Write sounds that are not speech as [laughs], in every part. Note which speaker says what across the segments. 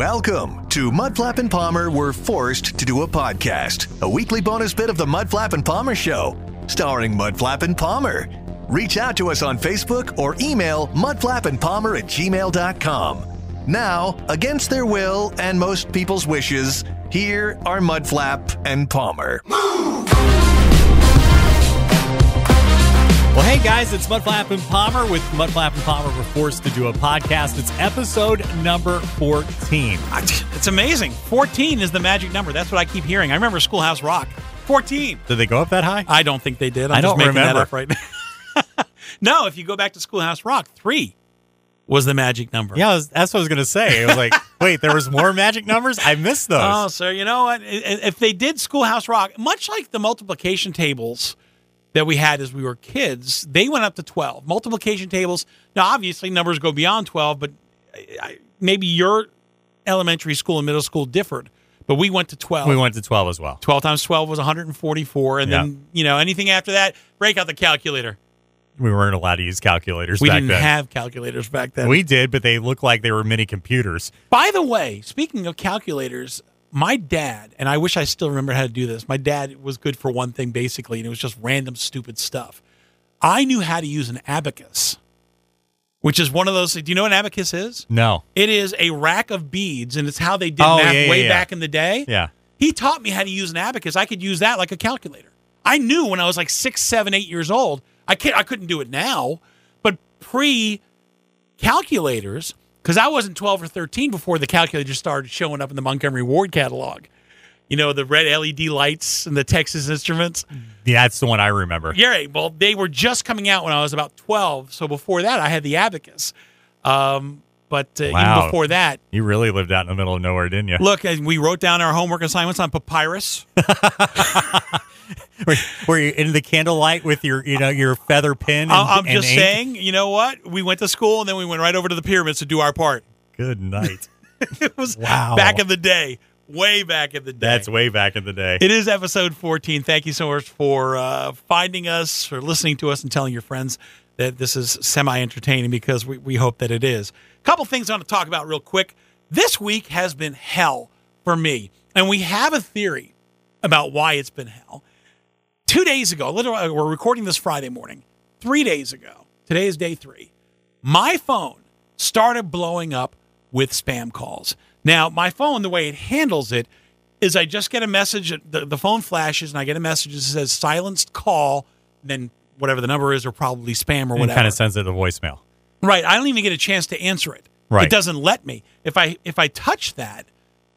Speaker 1: Welcome to Mudflap and Palmer were forced to do a podcast, a weekly bonus bit of the Mudflap and Palmer show, starring Mudflap and Palmer. Reach out to us on Facebook or email mudflapandpalmer at gmail.com. Now, against their will and most people's wishes, here are Mudflap and Palmer.
Speaker 2: Well, hey guys, it's Mudflap and Palmer with Mudflap and Palmer. We're forced to do a podcast. It's episode number 14.
Speaker 3: I- It's amazing. 14 is the magic number. That's what I keep hearing. I remember Schoolhouse Rock. 14.
Speaker 2: Did they go up that high?
Speaker 3: I don't think they did. I'm
Speaker 2: I
Speaker 3: just
Speaker 2: don't
Speaker 3: making
Speaker 2: remember.
Speaker 3: that up right now. [laughs] no, if you go back to Schoolhouse Rock, 3 was the magic number.
Speaker 2: yeah, I was- that's what I was going to say. It was
Speaker 3: [laughs]
Speaker 2: like, wait, there was more magic numbers? I missed those.
Speaker 3: Oh, so you know what? I- I- If they did Schoolhouse Rock, much like the multiplication tables that we had as we were kids, they went up to 12. Multiplication tables, now obviously numbers go beyond 12, but I- I- maybe your elementary school and middle school differed, but we went to 12.
Speaker 2: we went to 12 as well.
Speaker 3: 12 times 12 was 144. And then, you know, anything after that, break out the calculator.
Speaker 2: We weren't allowed to use calculators
Speaker 3: We
Speaker 2: back
Speaker 3: didn't
Speaker 2: then.
Speaker 3: have calculators back then.
Speaker 2: we did, but they looked like they were mini computers.
Speaker 3: By the way, speaking of calculators, my dad, and I wish I still remember how to do this, my dad was good for one thing basically, and it was just random, stupid stuff. I knew how to use an abacus, which is one of those. Do you know what an abacus is?
Speaker 2: No.
Speaker 3: It is a rack of beads, and it's how they did
Speaker 2: Oh,
Speaker 3: math
Speaker 2: yeah, yeah,
Speaker 3: way
Speaker 2: yeah.
Speaker 3: back in the day.
Speaker 2: Yeah.
Speaker 3: He taught me how to use an abacus. I could use that like a calculator. I knew when I was like six, seven, eight years old. I can't. I couldn't do it now, but pre calculators, because I wasn't twelve or thirteen before the calculators started showing up in the Montgomery Ward catalog. You know the red LED lights and the Texas Instruments.
Speaker 2: Yeah, that's the one I remember.
Speaker 3: Yeah, right. well, they were just coming out when I was about twelve. So before that, I had the abacus. Um, but uh,
Speaker 2: Wow.
Speaker 3: even before that,
Speaker 2: You really lived out in the middle of nowhere, didn't you?
Speaker 3: look, and we wrote down our homework assignments on papyrus.
Speaker 2: Were, [laughs] were you in the candlelight with your, you know, your feather pen? And,
Speaker 3: I- I'm
Speaker 2: and
Speaker 3: just
Speaker 2: ink?
Speaker 3: saying, you know what? We went to school and then we went right over to the pyramids to do our part. [laughs]
Speaker 2: Good night.
Speaker 3: It was
Speaker 2: Wow.
Speaker 3: back in the day, way back in the day.
Speaker 2: that's way back in the day.
Speaker 3: it is episode 14. Thank you so much for uh, finding us, for listening to us, and telling your friends that this is semi entertaining because we, we hope that it is. couple things I want to talk about real quick. This week has been hell for me, and we have a theory about why it's been hell. Two days ago, literally, uh, we're recording this Friday morning, three days ago, today is day three, my phone started blowing up with spam calls. Now, my phone, the way it handles it is I just get a message, the, the phone flashes, and I get a message that says silenced call, then whatever the number is, or probably spam or
Speaker 2: and
Speaker 3: whatever.
Speaker 2: kind of sends it to voicemail.
Speaker 3: Right. I don't even get a chance to answer it.
Speaker 2: Right.
Speaker 3: It doesn't let me. If I if I touch that,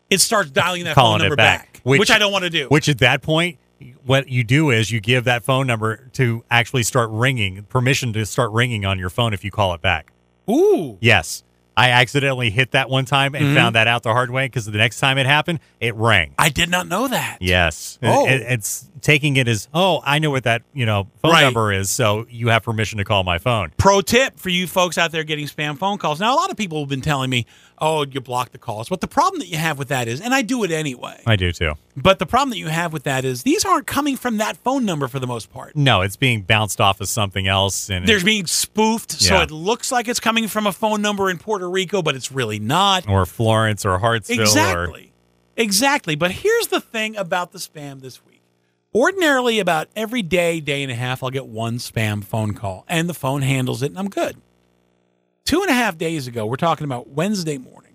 Speaker 3: it starts dialing that
Speaker 2: Calling
Speaker 3: phone
Speaker 2: it
Speaker 3: number
Speaker 2: back,
Speaker 3: back,
Speaker 2: which-
Speaker 3: which, I don't want to do.
Speaker 2: Which at that point, what you do is you give that phone number to actually start ringing, permission to start ringing on your phone if you call it back.
Speaker 3: Ooh.
Speaker 2: Yes. I accidentally hit that one time and
Speaker 3: Mhm.
Speaker 2: found that out the hard way because the next time it happened, it rang.
Speaker 3: I did not know that.
Speaker 2: Yes. It-
Speaker 3: Oh.
Speaker 2: it- it's taking it as, oh, I know what that, you know, phone
Speaker 3: Right.
Speaker 2: number is, so you have permission to call my phone.
Speaker 3: Pro tip for you folks out there getting spam phone calls. Now a lot of people have been telling me, "Oh, you block the calls." But the problem that you have with that is, and I do it anyway.
Speaker 2: I do too.
Speaker 3: But the problem that you have with that is these aren't coming from that phone number for the most part.
Speaker 2: No, it's being bounced off of something else and
Speaker 3: They're being spoofed, so
Speaker 2: Yeah.
Speaker 3: it looks like it's coming from a phone number in Puerto Rico, but it's really not.
Speaker 2: or Florence or Hartsville or
Speaker 3: Exactly. Exactly. But here's the thing about the spam this week. Ordinarily, about every day, day and a half, I'll get one spam phone call, and the phone handles it, and I'm good. Two and a half days ago, we're talking about Wednesday morning.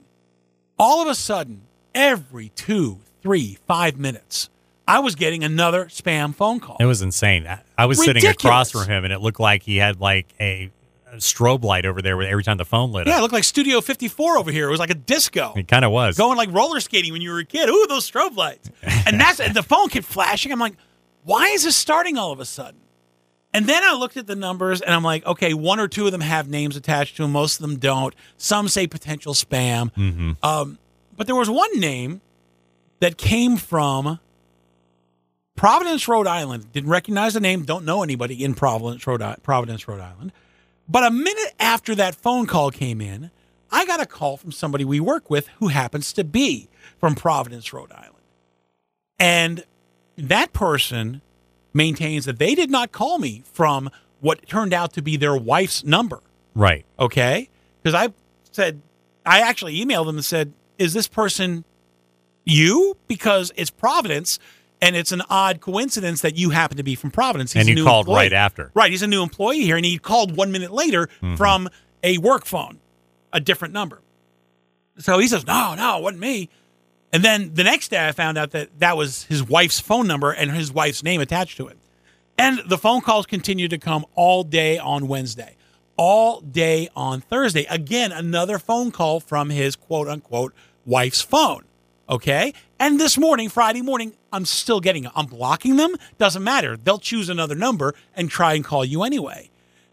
Speaker 3: All of a sudden, every two, three, five minutes, I was getting another spam phone call.
Speaker 2: It was insane. I- I was sitting across
Speaker 3: Ridiculous.
Speaker 2: from him, and it looked like he had like a, a strobe light over there. Where every time the phone lit
Speaker 3: Yeah, it
Speaker 2: up,
Speaker 3: looked like Studio 54 over here. It was like a disco.
Speaker 2: it kind of was.
Speaker 3: going like roller skating when you were a kid. Ooh, those strobe lights. And that's and the phone kept flashing. I'm like, why is this starting all of a sudden? And then I looked at the numbers and I'm like, okay, one or two of them have names attached to them. Most of them don't. Some say potential spam.
Speaker 2: hmm
Speaker 3: Um, but there was one name that came from Providence, Rhode Island. Didn't recognize the name. Don't know anybody in Providence, Rhode, I- Providence, Rhode Island. But a minute after that phone call came in, I got a call from somebody we work with who happens to be from Providence, Rhode Island. And that person maintains that they did not call me from what turned out to be their wife's number
Speaker 2: Right.
Speaker 3: okay? Because I said, I actually emailed them and said, is this person you? Because it's Providence, and it's an odd coincidence that you happen to be from Providence. He's
Speaker 2: And
Speaker 3: a
Speaker 2: you
Speaker 3: new
Speaker 2: called
Speaker 3: employee.
Speaker 2: right after. Mm-hmm.
Speaker 3: Right, he's a new employee here, and he called one minute later from a work phone, a different number. So he says, "No, no, it wasn't me." And then the next day, I found out that that was his wife's phone number and his wife's name attached to it. And the phone calls continued to come all day on Wednesday, all day on Thursday. Again, another phone call from his quote unquote wife's phone. Okay. And this morning, Friday morning, I'm still getting them. I'm blocking them. Doesn't matter. They'll choose another number and try and call you anyway.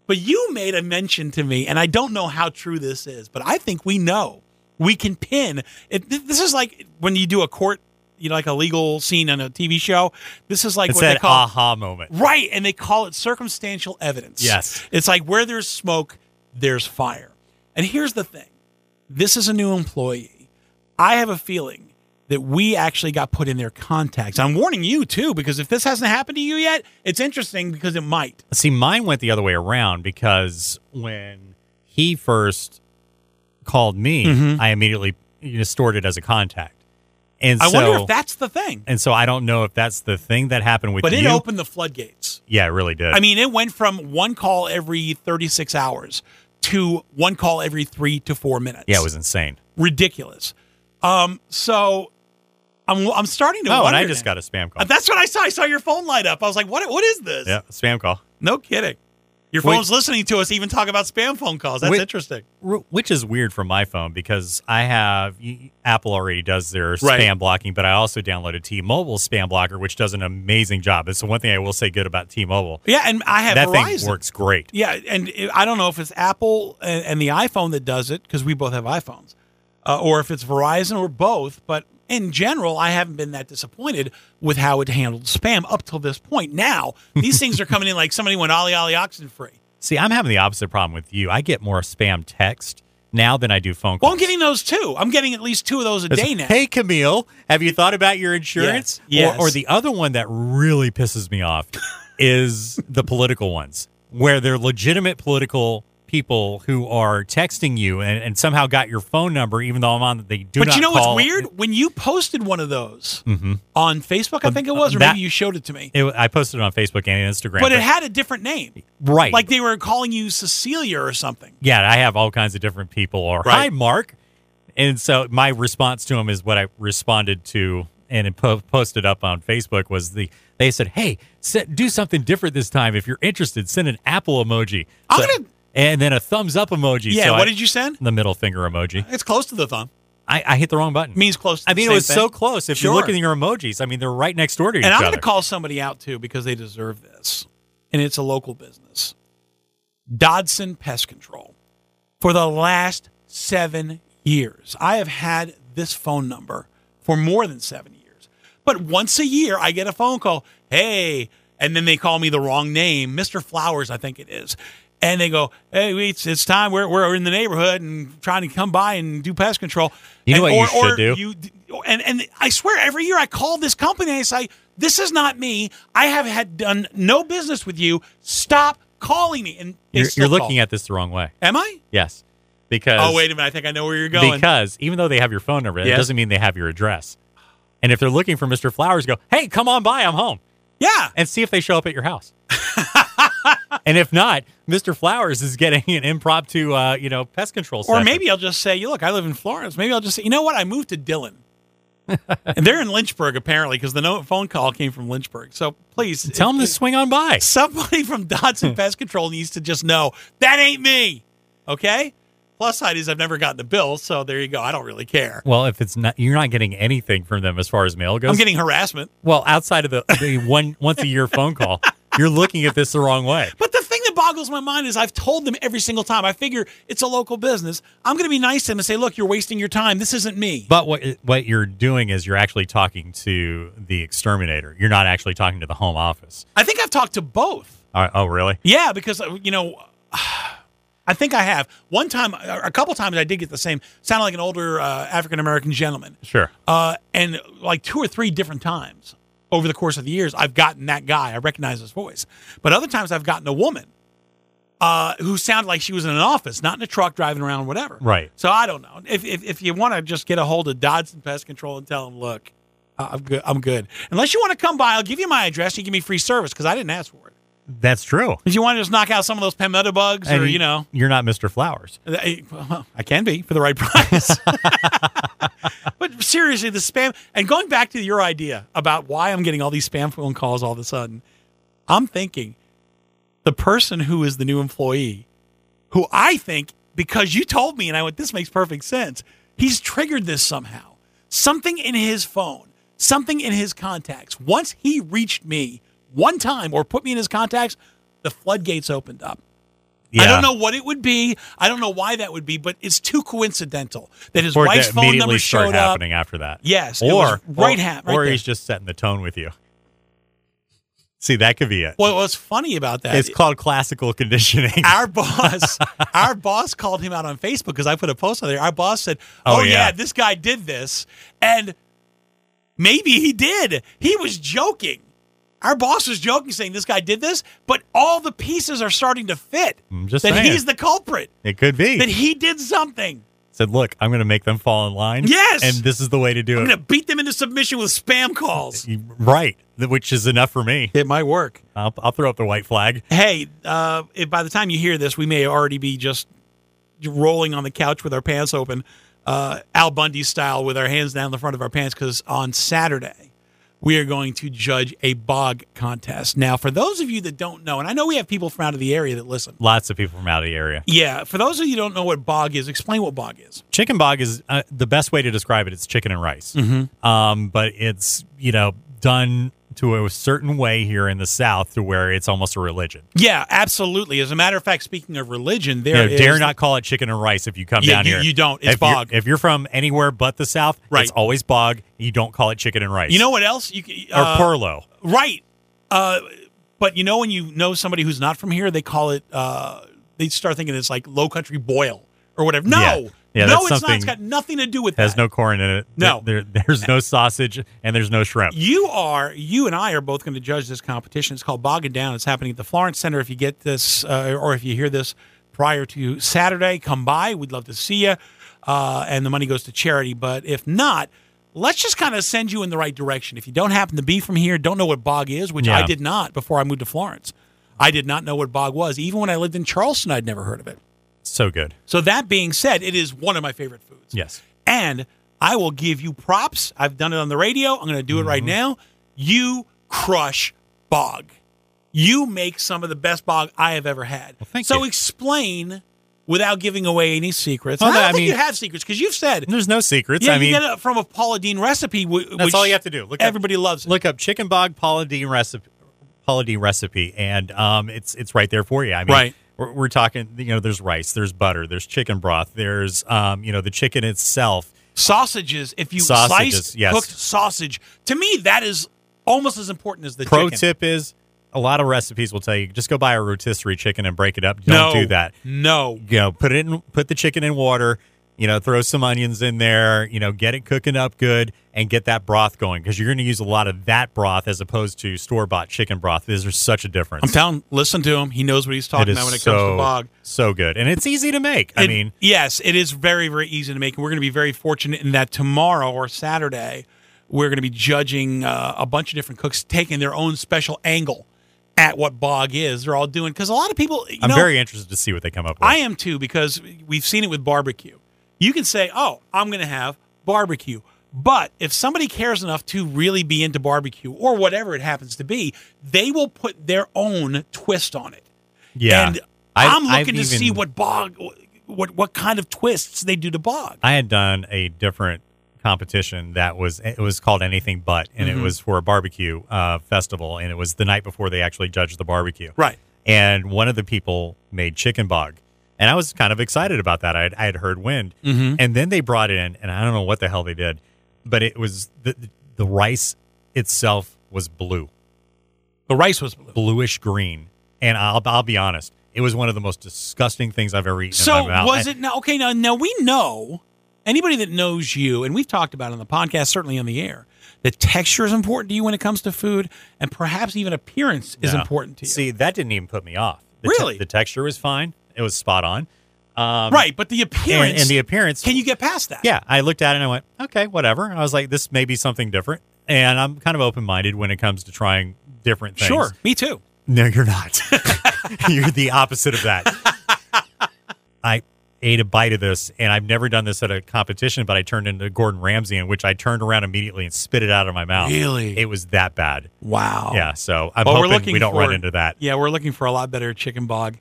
Speaker 3: But you made a mention to me, and I don't know how true this is, but I think we know. We can pin. It, th- this is like when you do a court, you know, like a legal scene on a TV show. This is like
Speaker 2: It's
Speaker 3: what
Speaker 2: that
Speaker 3: they call
Speaker 2: aha moment.
Speaker 3: Right, and they call it circumstantial evidence.
Speaker 2: Yes.
Speaker 3: It's like where there's smoke, there's fire. And here's the thing. This is a new employee. I have a feeling that we actually got put in their contacts. I'm warning you too because if this hasn't happened to you yet, it's interesting because it might.
Speaker 2: See, mine went the other way around because when he first called me,
Speaker 3: Mm-hmm.
Speaker 2: I immediately you know, stored it as a contact. And
Speaker 3: I
Speaker 2: so,
Speaker 3: wonder if that's the thing.
Speaker 2: and so I don't know if that's the thing that happened with
Speaker 3: But
Speaker 2: you.
Speaker 3: it opened the floodgates.
Speaker 2: yeah, it really did.
Speaker 3: I mean, it went from one call every 36 hours to one call every 3 to 4 minutes.
Speaker 2: yeah, it was insane.
Speaker 3: ridiculous. Um, so I'm I'm starting to.
Speaker 2: Oh, and
Speaker 3: wonder
Speaker 2: I just
Speaker 3: now.
Speaker 2: got a spam call.
Speaker 3: Uh, That's what I saw. I saw your phone light up. I was like, what What is this?
Speaker 2: yeah, spam call.
Speaker 3: No kidding. Your
Speaker 2: Wait.
Speaker 3: phone's listening to us even talk about spam phone calls. That's
Speaker 2: Wait.
Speaker 3: interesting.
Speaker 2: R- which is weird for my phone because I have y- Apple already does their
Speaker 3: Right.
Speaker 2: spam blocking, but I also downloaded T-Mobile spam blocker, which does an amazing job. It's the one thing I will say good about T-Mobile.
Speaker 3: Yeah, and I have
Speaker 2: that
Speaker 3: Verizon.
Speaker 2: thing works great.
Speaker 3: Yeah, and it- I don't know if it's Apple and, and the iPhone that does it because we both have iPhones, uh, or if it's Verizon or both. But in general, I haven't been that disappointed with how it handled spam up till this point. Now these things are coming in like somebody went ollie ollie oxen free.
Speaker 2: See, I'm having the opposite problem with you. I get more spam text now than I do phone calls.
Speaker 3: Well, I'm getting those too. I'm getting at least two of those a
Speaker 2: It's,
Speaker 3: day now.
Speaker 2: Hey, Camille, have you thought about your insurance?
Speaker 3: Yes, yes.
Speaker 2: Or, or the other one that really pisses me
Speaker 3: [laughs]
Speaker 2: off is the political ones, where they're legitimate political people who are texting you and, and somehow got your phone number, even though I'm on. They do
Speaker 3: but
Speaker 2: not
Speaker 3: you know
Speaker 2: call.
Speaker 3: what's weird? When you posted one of those
Speaker 2: Mhm.
Speaker 3: on Facebook, I think it was, or
Speaker 2: that-
Speaker 3: maybe you showed it to me,
Speaker 2: It- I posted it on Facebook and Instagram,
Speaker 3: but it had a different name.
Speaker 2: right,
Speaker 3: Like they were calling you Cecilia or something.
Speaker 2: yeah, I have all kinds of different people. Or
Speaker 3: Right.
Speaker 2: hi, Mark. And so my response to him is what I responded to and it po- posted up on Facebook was the they said, "Hey, set, do something different this time. If you're interested, send an apple emoji.
Speaker 3: I'm
Speaker 2: So-
Speaker 3: gonna-
Speaker 2: and then a thumbs up emoji.
Speaker 3: Yeah.
Speaker 2: So
Speaker 3: what
Speaker 2: I-
Speaker 3: did you send?
Speaker 2: [laughs] The middle finger emoji.
Speaker 3: It's close to the thumb.
Speaker 2: I, I hit the wrong button.
Speaker 3: Means close. To
Speaker 2: I
Speaker 3: the
Speaker 2: mean, it
Speaker 3: same
Speaker 2: was
Speaker 3: thing.
Speaker 2: so close. If you
Speaker 3: Sure.
Speaker 2: look at your emojis, I mean, they're right next door to each
Speaker 3: And I'm
Speaker 2: other.
Speaker 3: going to call somebody out too because they deserve this, and it's a local business, Dodson Pest Control. For the last seven years, I have had this phone number for more than seven years. But once a year, I get a phone call. Hey, and then they call me the wrong name, Mr. Flowers, I think it is. And they go, hey, we- it's, it's time. We're, we're in the neighborhood and trying to come by and do pest control.
Speaker 2: You know
Speaker 3: And-
Speaker 2: what you
Speaker 3: or-
Speaker 2: should
Speaker 3: or
Speaker 2: do?
Speaker 3: you d- and and I swear every year I call this company and I say this is not me. I have had done no business with you. Stop calling me. And
Speaker 2: you're, you're looking at this the wrong way.
Speaker 3: Am I?
Speaker 2: Yes, because
Speaker 3: Oh wait a minute. I think I know where you're going.
Speaker 2: Because even though they have your phone number, it
Speaker 3: Yes.
Speaker 2: doesn't mean they have your address. And if they're looking for Mr. Flowers, go, hey, come on by, I'm home,
Speaker 3: yeah.
Speaker 2: and see if they show up at your
Speaker 3: [laughs]
Speaker 2: house. and if not, Mr. Flowers is getting an impromptu, uh, you know, pest control.
Speaker 3: Or
Speaker 2: session.
Speaker 3: maybe I'll just say, you look, I live in Florence. Maybe I'll just say, you know what? I moved to Dillon. and they're in Lynchburg apparently because the no- phone call came from Lynchburg. So please
Speaker 2: tell
Speaker 3: if-
Speaker 2: them Hmm. to swing on by.
Speaker 3: [laughs] Somebody from Dodson Pest Control needs to just know that ain't me. Okay. Plus side is I've never gotten a bill, so there you go. I don't really care.
Speaker 2: Well, if it's not, you're not getting anything from them as far as mail goes.
Speaker 3: I'm getting harassment.
Speaker 2: well, outside of the, the one once a year phone
Speaker 3: [laughs]
Speaker 2: call, you're looking at this the wrong way.
Speaker 3: But the thing that boggles my mind is I've told them every single time. I figure it's a local business. I'm going to be nice to them and say, "Look, you're wasting your time. This isn't me."
Speaker 2: But what what you're doing is you're actually talking to the exterminator. You're not actually talking to the home office.
Speaker 3: I think I've talked to both.
Speaker 2: All right. Oh, really?
Speaker 3: Yeah, because uh, you know, [sighs] I think I have. One time, a a couple times, I did get the same. Sounded like an older uh, African American gentleman.
Speaker 2: Sure.
Speaker 3: uh, and like two or three different times over the course of the years, I've gotten that guy. I recognize his voice, but other times I've gotten a woman. uh, who sounded like she was in an office, not in a truck driving around, whatever.
Speaker 2: Right.
Speaker 3: So I don't know. If if, if you want to just get a hold of Dodson Pest Control and tell them, look, I- I'm good. I'm good. Unless you want to come by, I'll give you my address. You give me free service because I didn't ask for it.
Speaker 2: That's true.
Speaker 3: If you want to just knock out some of those Pemetta bugs, or you know,
Speaker 2: you're not Mr. Flowers.
Speaker 3: I well, I can be for the right [laughs] price. but seriously, the spam and going back to your idea about why I'm getting all these spam phone calls all of a sudden, I'm thinking the person who is the new employee, who I think because you told me and I went, this makes perfect sense. He's triggered this somehow. Something in his phone, something in his contacts. Once he reached me one time or put me in his contacts, the floodgates opened up. I don't know what it would be. I don't know why that would be, but it's too coincidental that his
Speaker 2: Or
Speaker 3: wife's
Speaker 2: that
Speaker 3: phone
Speaker 2: immediately
Speaker 3: number
Speaker 2: start
Speaker 3: showed up.
Speaker 2: happening after that.
Speaker 3: Yes, it
Speaker 2: Or
Speaker 3: was right
Speaker 2: or,
Speaker 3: hap- right
Speaker 2: or
Speaker 3: there.
Speaker 2: he's just setting the tone with you. See, that could be it.
Speaker 3: Well, what's funny about that?
Speaker 2: it's called classical conditioning.
Speaker 3: our boss, our boss called him out on Facebook because I put a post on there. Our boss said, "Oh,
Speaker 2: Oh,
Speaker 3: yeah.
Speaker 2: yeah.
Speaker 3: this guy did this," and maybe he did. He was joking. Our boss was joking, saying this guy did this, but all the pieces are starting to fit.
Speaker 2: [laughs] I'm just
Speaker 3: that
Speaker 2: Mm, saying.
Speaker 3: he's the culprit.
Speaker 2: it could be.
Speaker 3: That he did something.
Speaker 2: Said, look, I'm going to make them fall in line.
Speaker 3: Yes!
Speaker 2: And this is the way to do
Speaker 3: I'm
Speaker 2: it.
Speaker 3: going to beat them into submission with spam calls.
Speaker 2: You- Right. th- Which is enough for me.
Speaker 3: It might work.
Speaker 2: I'll, I'll throw up the white flag.
Speaker 3: Hey, uh, if by the time you hear this, we may already be just rolling on the couch with our pants open, uh, Al Bundy style, with our hands down the front of our pants, because on Saturday, we are going to judge a bog contest. Now, for those of you that don't know, and I know we have people from out of the area that listen.
Speaker 2: Lots of people from out of the area.
Speaker 3: Yeah, for those of you who don't know what bog is, explain what bog is.
Speaker 2: Chicken bog is uh, the best way to describe it. It's chicken and rice.
Speaker 3: Mm-hmm.
Speaker 2: Um, but it's, you know, done to a certain way here in the South to where it's almost a religion.
Speaker 3: Yeah, absolutely. As a matter of fact, speaking of religion,
Speaker 2: You
Speaker 3: there
Speaker 2: know,
Speaker 3: is-
Speaker 2: dare not call it chicken and rice if you come
Speaker 3: Yeah,
Speaker 2: down
Speaker 3: you-
Speaker 2: here.
Speaker 3: you don't. It's
Speaker 2: if you're-
Speaker 3: bog.
Speaker 2: if you're from anywhere but the South,
Speaker 3: Right.
Speaker 2: it's always bog. You don't call it chicken and rice.
Speaker 3: You know what else? You can-
Speaker 2: or
Speaker 3: uh,
Speaker 2: Perlo.
Speaker 3: Right. Uh, but you know, when you know somebody who's not from here, they call it, uh, they start thinking it's like low country boil or whatever. No.
Speaker 2: Yeah. Yeah,
Speaker 3: no,
Speaker 2: that's
Speaker 3: it's not. It's
Speaker 2: something-
Speaker 3: got nothing to do with
Speaker 2: Has
Speaker 3: that.
Speaker 2: no corn in it.
Speaker 3: No.
Speaker 2: There, there- there's no sausage and there's no shrimp.
Speaker 3: you are, you and I are both going to judge this competition. It's called Bogging Down. It's happening at the Florence Center. If you get this, uh, or if you hear this prior to Saturday, come by. We'd love to see you. Uh, and the money goes to charity. But if not, let's just kind of send you in the right direction. If you don't happen to be from here, don't know what bog is, which I
Speaker 2: Yeah.
Speaker 3: did not before I moved to Florence. I did not know what bog was. Even when I lived in Charleston, I'd never heard of it.
Speaker 2: So good.
Speaker 3: So that being said, it is one of my favorite foods.
Speaker 2: Yes.
Speaker 3: And I will give you props. I've done it on the radio. I'm going to do it
Speaker 2: Mm-hmm.
Speaker 3: right now. You crush bog. You make some of the best bog I have ever had.
Speaker 2: thank
Speaker 3: so
Speaker 2: you.
Speaker 3: explain without giving away any secrets.
Speaker 2: Well,
Speaker 3: I don't
Speaker 2: no, I
Speaker 3: think
Speaker 2: mean-
Speaker 3: you have secrets because you've said
Speaker 2: There's no secrets.
Speaker 3: yeah,
Speaker 2: I mean,
Speaker 3: you get it from a Paula Dean recipe. wh-
Speaker 2: that's
Speaker 3: which
Speaker 2: all you have to do. Look up
Speaker 3: Everybody loves it.
Speaker 2: look up chicken bog Paula Dean recipe, Paula Dean recipe, and um, it's it's right there for you. I mean,
Speaker 3: Right.
Speaker 2: We're, we're talking, you know, there's rice, there's butter, there's chicken broth, there's um, you know, the chicken itself.
Speaker 3: sausages. If you
Speaker 2: Sausages,
Speaker 3: sliced
Speaker 2: yes.
Speaker 3: cooked sausage, to me that is almost as important as the
Speaker 2: Pro
Speaker 3: chicken.
Speaker 2: tip is a lot of recipes will tell you just go buy a rotisserie chicken and break it up. Don't
Speaker 3: no,
Speaker 2: do that.
Speaker 3: No,
Speaker 2: You know, put it in, put the chicken in water. You know, throw some onions in there. You know, get it cooking up good and get that broth going because you're going to use a lot of that broth as opposed to store bought chicken broth. There's such a difference.
Speaker 3: I'm telling. Listen to him. He knows what he's
Speaker 2: It
Speaker 3: talking
Speaker 2: is
Speaker 3: about when it
Speaker 2: so,
Speaker 3: comes to bog.
Speaker 2: So good. And it's easy to make. I
Speaker 3: It-
Speaker 2: mean,
Speaker 3: yes, it is very, very easy to make. And we're going to be very fortunate in that tomorrow or Saturday, we're going to be judging uh, a bunch of different cooks taking their own special angle at what bog is. They're all doing because a lot of people. You
Speaker 2: I'm
Speaker 3: know,
Speaker 2: very interested to see what they come up with.
Speaker 3: I am too because we've seen it with barbecue. You can say, "Oh, I'm going to have barbecue." But if somebody cares enough to really be into barbecue or whatever it happens to be, they will put their own twist on it.
Speaker 2: yeah.
Speaker 3: And
Speaker 2: I've-
Speaker 3: i am looking
Speaker 2: I've
Speaker 3: to
Speaker 2: even-
Speaker 3: see what bog, what what kind of twists they do to bog.
Speaker 2: I had done a different competition that was it was called anything but and
Speaker 3: Mm-hmm.
Speaker 2: it was for a barbecue uh, festival and it was the night before they actually judged the barbecue
Speaker 3: Right.
Speaker 2: and one of the people made chicken bog and i was kind of excited about that i had, I had heard wind
Speaker 3: Mm-hmm.
Speaker 2: and then they brought in and i don't know what the hell they did but it was the, the rice itself was blue
Speaker 3: The rice was blue.
Speaker 2: bluish green. And I'll, I'll be honest, it was one of the most disgusting things I've ever eaten.
Speaker 3: So
Speaker 2: in my mouth.
Speaker 3: was
Speaker 2: I-
Speaker 3: it now? Okay, now now we know anybody that knows you, and we've talked about it on the podcast, certainly on the air. The texture is important to you when it comes to food, and perhaps even appearance is
Speaker 2: No.
Speaker 3: important to you.
Speaker 2: See, that didn't even put me off. The te-
Speaker 3: Really?
Speaker 2: the texture was fine. It was spot on. Um,
Speaker 3: right, but
Speaker 2: and-
Speaker 3: the appearance
Speaker 2: And, the appearance.
Speaker 3: can you get past that?
Speaker 2: yeah, I looked at it and I went, okay, whatever. And I was like, this may be something different. And I'm kind of open minded when it comes to trying different things.
Speaker 3: sure. Me too.
Speaker 2: No, you're not. [laughs] you're the opposite of
Speaker 3: [laughs]
Speaker 2: that. I ate a bite of this, and I've never done this at a competition, but I turned into Gordon Ramsay, in which I turned around immediately and spit it out of my mouth.
Speaker 3: Really?
Speaker 2: It was that bad.
Speaker 3: Wow.
Speaker 2: Yeah. So I'm
Speaker 3: Well, we're
Speaker 2: hoping
Speaker 3: looking
Speaker 2: we don't run
Speaker 3: for-
Speaker 2: into that.
Speaker 3: Yeah, we're looking for a lot better chicken bog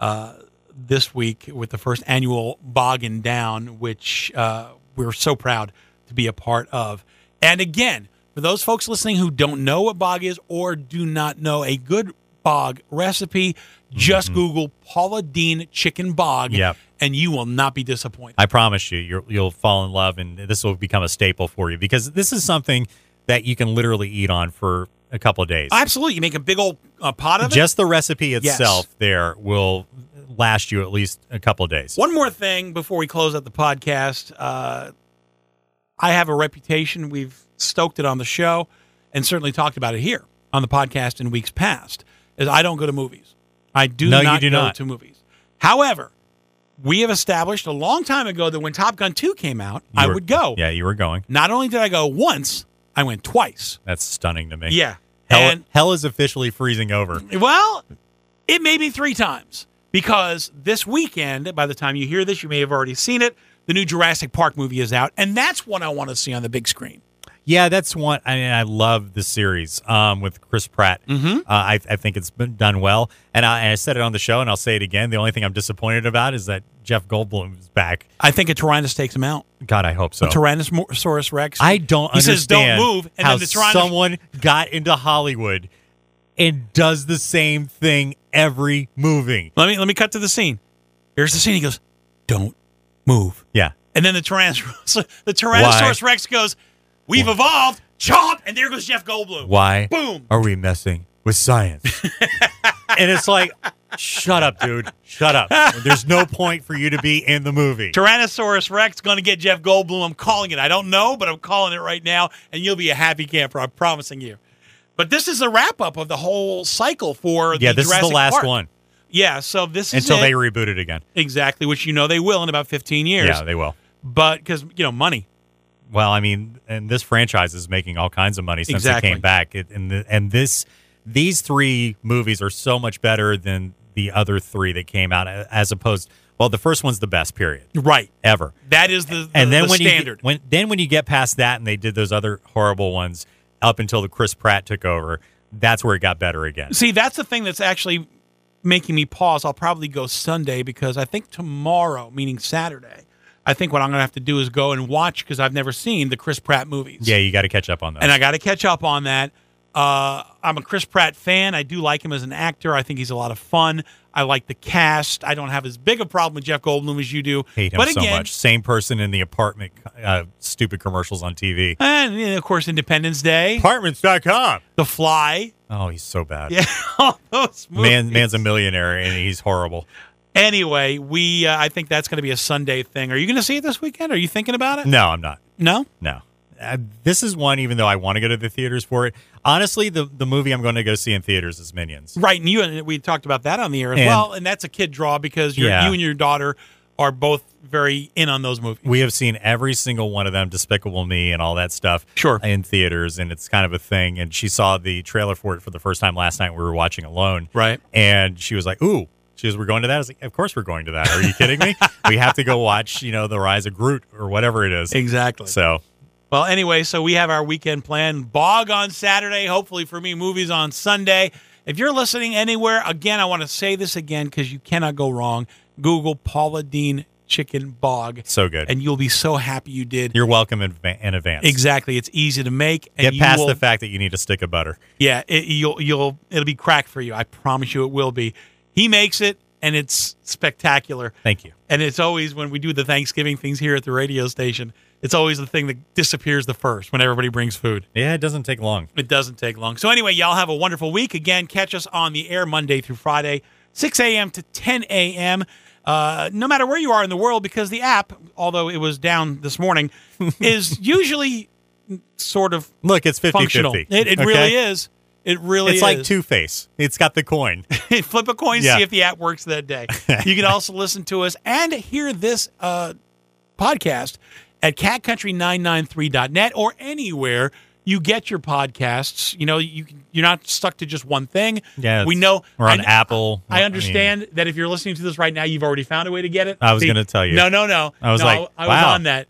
Speaker 3: uh, this week with the first annual Boggin Down, which uh, we're so proud to be a part of. And again, for those folks listening who don't know what bog is or do not know a good bog recipe, just Google Paula Dean chicken bog,
Speaker 2: Yep.
Speaker 3: and you will not be disappointed.
Speaker 2: I promise you, you're, you'll fall in love, and this will become a staple for you because this is something that you can literally eat on for a couple of days.
Speaker 3: Absolutely, you make a big old uh, pot of it.
Speaker 2: Just the recipe itself there will last you at least a couple of days.
Speaker 3: One more thing before we close out the podcast. Uh, I have a reputation. We've stoked it on the show and certainly talked about it here on the podcast in weeks past. Is I don't go to movies. I do
Speaker 2: No, you
Speaker 3: not
Speaker 2: do
Speaker 3: go
Speaker 2: not.
Speaker 3: to movies. However, we have established a long time ago that when Top Gun 2 came out,
Speaker 2: You
Speaker 3: I
Speaker 2: were-
Speaker 3: would go.
Speaker 2: Yeah, you were going.
Speaker 3: Not only did I go once, I went twice.
Speaker 2: That's stunning to me.
Speaker 3: Yeah.
Speaker 2: Hell,
Speaker 3: and
Speaker 2: hell is officially freezing over.
Speaker 3: Well, it may be three times because this weekend, by the time you hear this, you may have already seen it. The new Jurassic Park movie is out, and that's one I want to see on the big screen.
Speaker 2: Yeah, that's one. I mean, I love the series um, with Chris Pratt. Mm-hmm. Uh, I, I think it's been done well. And I, and I said it on the show, and I'll say it again. The only thing I'm disappointed about is that Jeff Goldblum is back.
Speaker 3: I think a Tyrannosaurus takes him out.
Speaker 2: God, I hope so.
Speaker 3: A Tyrannosaurus Rex.
Speaker 2: I don't
Speaker 3: He
Speaker 2: understand
Speaker 3: says, "Don't move," and
Speaker 2: how
Speaker 3: then the Tyrannos-
Speaker 2: someone got into Hollywood and does the same thing every movie.
Speaker 3: let me let me cut to the scene. Here's the scene. He goes, "Don't move,"
Speaker 2: Yeah.
Speaker 3: and then the Tyrannosaurus, [laughs] the Tyrannosaurus Rex goes, "We've evolved." Chomp, and there goes Jeff Goldblum.
Speaker 2: Why
Speaker 3: Boom.
Speaker 2: are we messing with science? [laughs] and it's like, shut up, dude. Shut up. There's no point for you to be in the movie.
Speaker 3: Tyrannosaurus Rex going to get Jeff Goldblum. I'm calling it. I don't know, but I'm calling it right now, and you'll be a happy camper. I'm promising you. But this is the wrap up of the whole cycle for
Speaker 2: Yeah,
Speaker 3: the
Speaker 2: this
Speaker 3: Jurassic
Speaker 2: is the last
Speaker 3: Park.
Speaker 2: one
Speaker 3: Yeah, so this is
Speaker 2: until
Speaker 3: it.
Speaker 2: they reboot it again.
Speaker 3: exactly which you know they will in about 15 years.
Speaker 2: Yeah, they will.
Speaker 3: But because you know money,
Speaker 2: Well, I mean, and this franchise is making all kinds of money since
Speaker 3: Exactly.
Speaker 2: it came back, it, and the, and this these three movies are so much better than the other three that came out. As opposed, well, the first one's the best period
Speaker 3: right?
Speaker 2: ever,
Speaker 3: That is the, the-
Speaker 2: and then
Speaker 3: the
Speaker 2: when
Speaker 3: standard.
Speaker 2: you get- when then when you get past that, and they did those other horrible ones up until the Chris Pratt took over. That's where it got better again.
Speaker 3: See, that's the thing that's actually making me pause. I'll probably go Sunday because I think tomorrow, meaning Saturday, I think what I'm going to have to do is go and watch because I've never seen the Chris Pratt movies.
Speaker 2: Yeah, you got to catch up on that.
Speaker 3: and I got to catch up on that. Uh, I'm a Chris Pratt fan. I do like him as an actor. I think he's a lot of fun. I like the cast. I don't have as big a problem with Jeff Goldblum as you do.
Speaker 2: hate him
Speaker 3: but
Speaker 2: so
Speaker 3: again,
Speaker 2: much. Same person in the apartment, uh, stupid commercials on TV.
Speaker 3: And, and, eh, of course, Independence Day,
Speaker 2: Apartments.com.
Speaker 3: The Fly, [laughs]
Speaker 2: Oh, he's so bad.
Speaker 3: yeah, all those movies.
Speaker 2: Man, man's a millionaire and he's horrible.
Speaker 3: Anyway, we uh, I think that's going to be a Sunday thing. Are you going to see it this weekend? Are you thinking about it?
Speaker 2: No, I'm not.
Speaker 3: No.
Speaker 2: No, uh, this is one. Even though I want to go to the theaters for it, honestly, the the movie I'm going to go see in theaters is Minions.
Speaker 3: Right, and you and we talked about that on the air as
Speaker 2: And-
Speaker 3: well, and that's a kid draw because you're,
Speaker 2: Yeah.
Speaker 3: you and your daughter are both very in on those movies.
Speaker 2: We have seen every single one of them, Despicable Me and all that stuff,
Speaker 3: Sure.
Speaker 2: in theaters, and it's kind of a thing. And she saw the trailer for it for the first time last night. when We were watching alone,
Speaker 3: Right.
Speaker 2: and she was like, "Ooh." She was, we're going to that. I was like, of course we're going to that. Are you kidding
Speaker 3: [laughs]
Speaker 2: me? we have to go watch, you know, The Rise of Groot or whatever it is.
Speaker 3: Exactly.
Speaker 2: So
Speaker 3: Well, anyway, so we have our weekend plan. Bog on Saturday, hopefully for me, movies on Sunday. If you're listening anywhere, again, I want to say this again because you cannot go wrong. Google Paula Dean Chicken Bog,
Speaker 2: so good.
Speaker 3: and you'll be so happy you did.
Speaker 2: You're welcome in, adva- in advance.
Speaker 3: exactly. It's easy to make. And
Speaker 2: Get
Speaker 3: you
Speaker 2: past
Speaker 3: will-
Speaker 2: the fact that you need a stick of butter.
Speaker 3: Yeah, it, you'll you'll it'll be crack for you. I promise you, it will be. He makes it, and it's spectacular.
Speaker 2: Thank you.
Speaker 3: And it's always when we do the Thanksgiving things here at the radio station. It's always the thing that disappears the first when everybody brings food.
Speaker 2: Yeah, it doesn't take long.
Speaker 3: It doesn't take long. So anyway, y'all have a wonderful week. Again, catch us on the air Monday through Friday, 6 a.m. to 10 a.m. Uh, no matter where you are in the world, because the app, although it was down this
Speaker 2: [laughs]
Speaker 3: morning, is usually sort of
Speaker 2: Look, it's 50
Speaker 3: functional.
Speaker 2: 50.
Speaker 3: It, it really is. It really
Speaker 2: it's
Speaker 3: is.
Speaker 2: like Two Face. It's got the coin.
Speaker 3: [laughs] flip a coin,
Speaker 2: Yeah.
Speaker 3: see if the app works that day. You can also [laughs] listen to us and hear this uh, podcast at catcountry993.net or anywhere you get your podcasts. You know, you can- you're not stuck to just one thing.
Speaker 2: Yeah,
Speaker 3: we
Speaker 2: it's-
Speaker 3: know.
Speaker 2: We're on
Speaker 3: I,
Speaker 2: Apple.
Speaker 3: I
Speaker 2: mean,
Speaker 3: understand that if you're listening to this right now, you've already found a way to get it.
Speaker 2: I was
Speaker 3: See,
Speaker 2: gonna tell you.
Speaker 3: No, no, no.
Speaker 2: I was
Speaker 3: No,
Speaker 2: like,
Speaker 3: I, was
Speaker 2: wow.
Speaker 3: on that.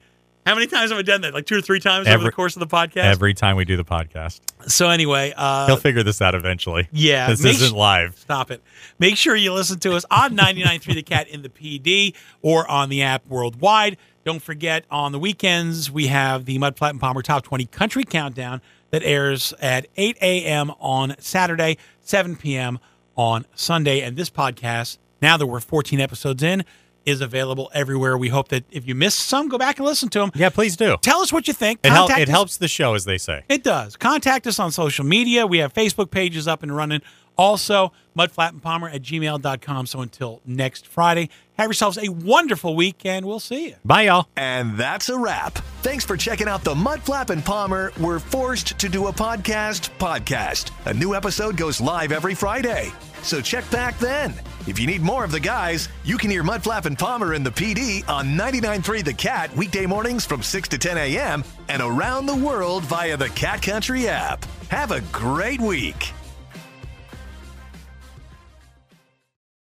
Speaker 3: How many times have I done that? Like two or three times over
Speaker 2: Every-
Speaker 3: the course of the podcast.
Speaker 2: every time we do the podcast,
Speaker 3: So anyway,
Speaker 2: he'll
Speaker 3: uh,
Speaker 2: figure this out eventually.
Speaker 3: yeah,
Speaker 2: this
Speaker 3: make
Speaker 2: isn't live.
Speaker 3: Stop it. Make sure you listen to us on 99.3 The Cat in the PD or on the app worldwide. Don't forget, on the weekends, we have the Mud, Platt, and Palmer Top 20 Country Countdown that airs at 8 a.m. on Saturday, 7 p.m. on Sunday. And this podcast, now that we're 14 episodes in, is available everywhere. We hope that if you missed some, go back and listen to them.
Speaker 2: Yeah, please do.
Speaker 3: Tell us what you think.
Speaker 2: It, hel-
Speaker 3: Contact
Speaker 2: it
Speaker 3: us.
Speaker 2: helps the show, as they say.
Speaker 3: It does. Contact us on social media. We have Facebook pages up and running. Also, mudflatandpalmer at gmail.com. So until next Friday, have yourselves a wonderful week and we'll see you.
Speaker 2: Bye, y'all.
Speaker 1: And that's a wrap. Thanks for checking out the Mudflap and Palmer We're Forced to Do a Podcast podcast. A new episode goes live every Friday. So check back then. If you need more of the guys, you can hear Mudflap and Palmer in the PD on 99.3 The Cat weekday mornings from 6 to 10 a.m. and around the world via the Cat Country app. Have a great week.